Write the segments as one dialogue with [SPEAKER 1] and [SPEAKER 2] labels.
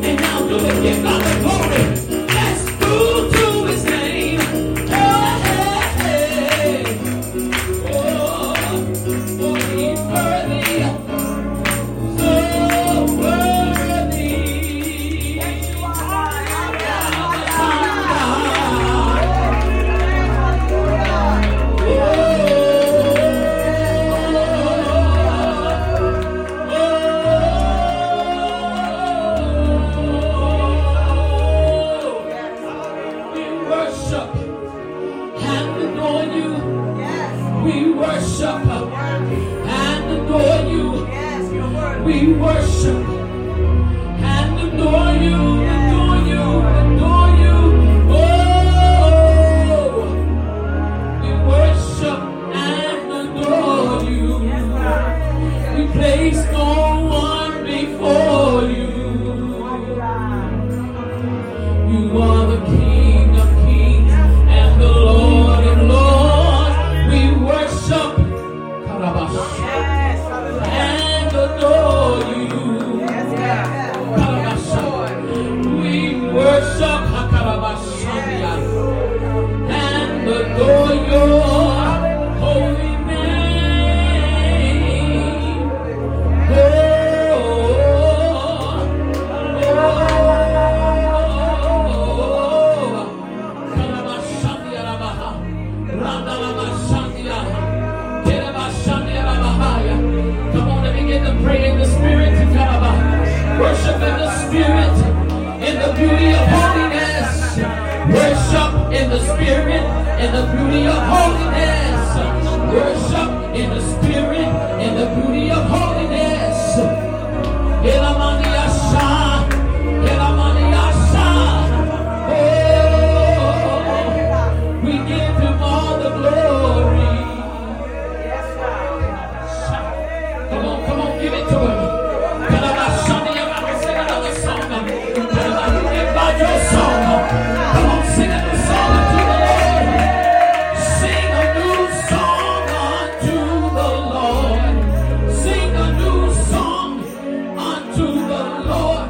[SPEAKER 1] Oh, we worship and adore you, adore you, adore you. Oh, we worship and adore you. We place no one before you. You are the King of kings and the Lord of lords. We worship Karabash, and adore you. Karabash. We worship Hakarabashandia and adore your holy name. Oh, Come on and begin to pray in the spirit. Worship in the spirit, in the beauty of holiness. Worship in the spirit, in the beauty of holiness. Worship in the spirit, in the beauty of holiness. Elamaniasha, Elamaniasha. Oh, we give Him all the glory. Come on, come on, give it to Him. Elamashani, everybody sing another song. Everybody invite your song. Come on, sing a new song unto the Lord. Sing a new song unto the Lord. Sing a new song unto the Lord.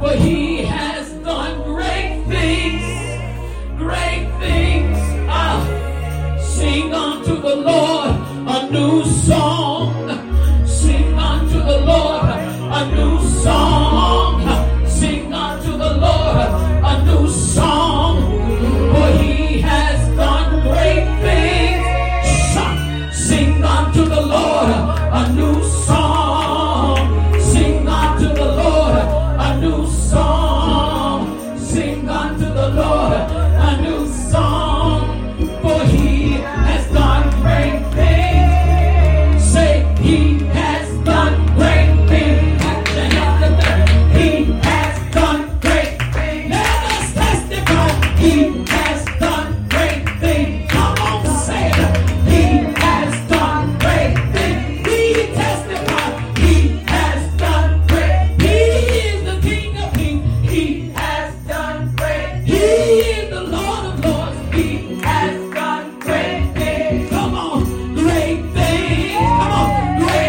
[SPEAKER 1] For he has done great things, great things. Ah, sing unto the Lord a new song. Sing unto the Lord a new song. Sing unto the Lord a new song. For he has done great things. Shout. Sing unto the Lord a new song. Sing unto the Lord a new song. Sing unto the Lord a new song. For he has done great things. Say, he has done great things. Clap your hands, lift up Oh, Oh,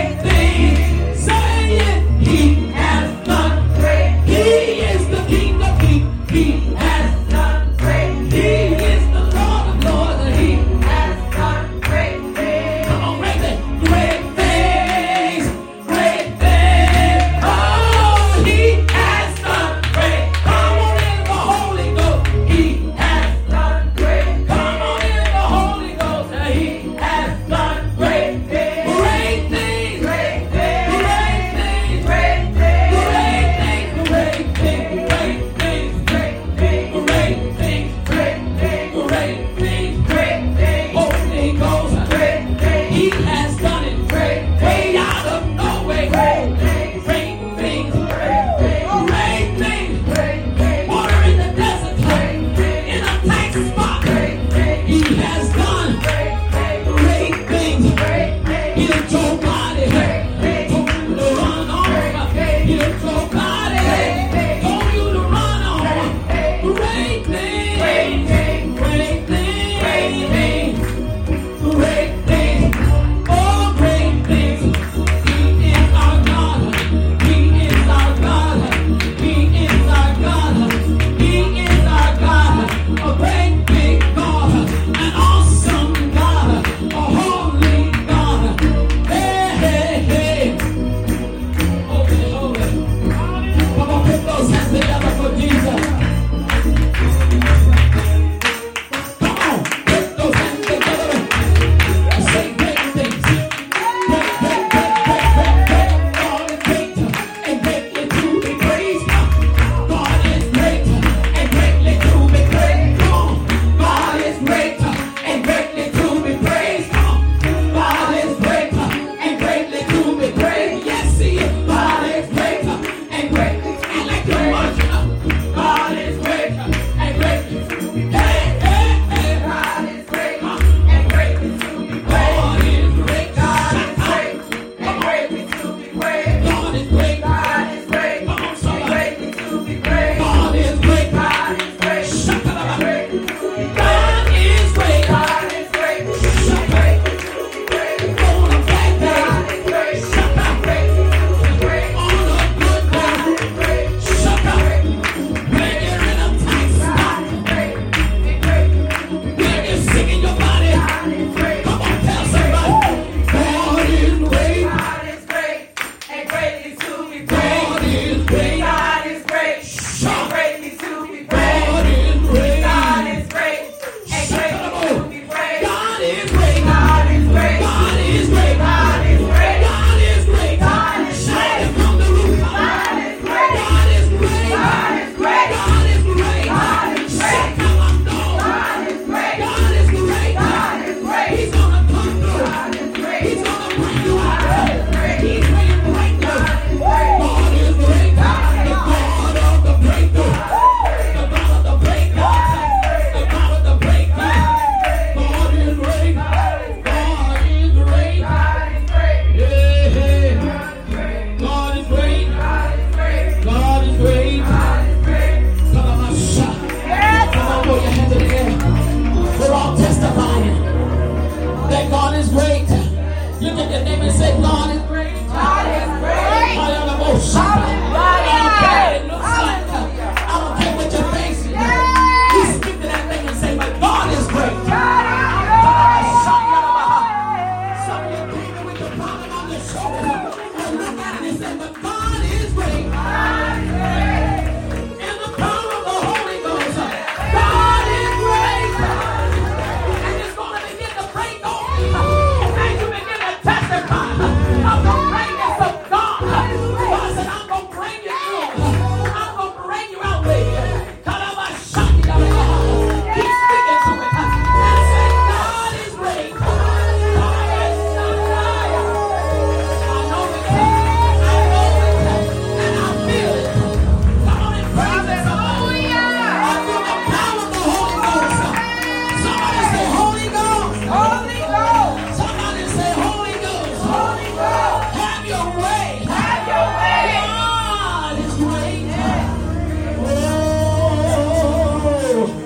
[SPEAKER 1] listen, but God is great. And the power of the Holy Ghost. God is great. And it's going to begin to break on you. And you begin to testify of the greatness of God. God said, I'm going to bring you through. I'm going to bring you out there. God, I'm going to shout you out. Keep speaking to it. And say, God is great. God is not I know it. I know it. And I feel it. Come on and praise the Lord. I feel the power of the Holy Ghost. Somebody say Holy Ghost. Holy Ghost. Somebody say Holy Ghost. Holy Ghost. Have your way. Have your way. God is great. Oh.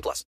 [SPEAKER 2] plus.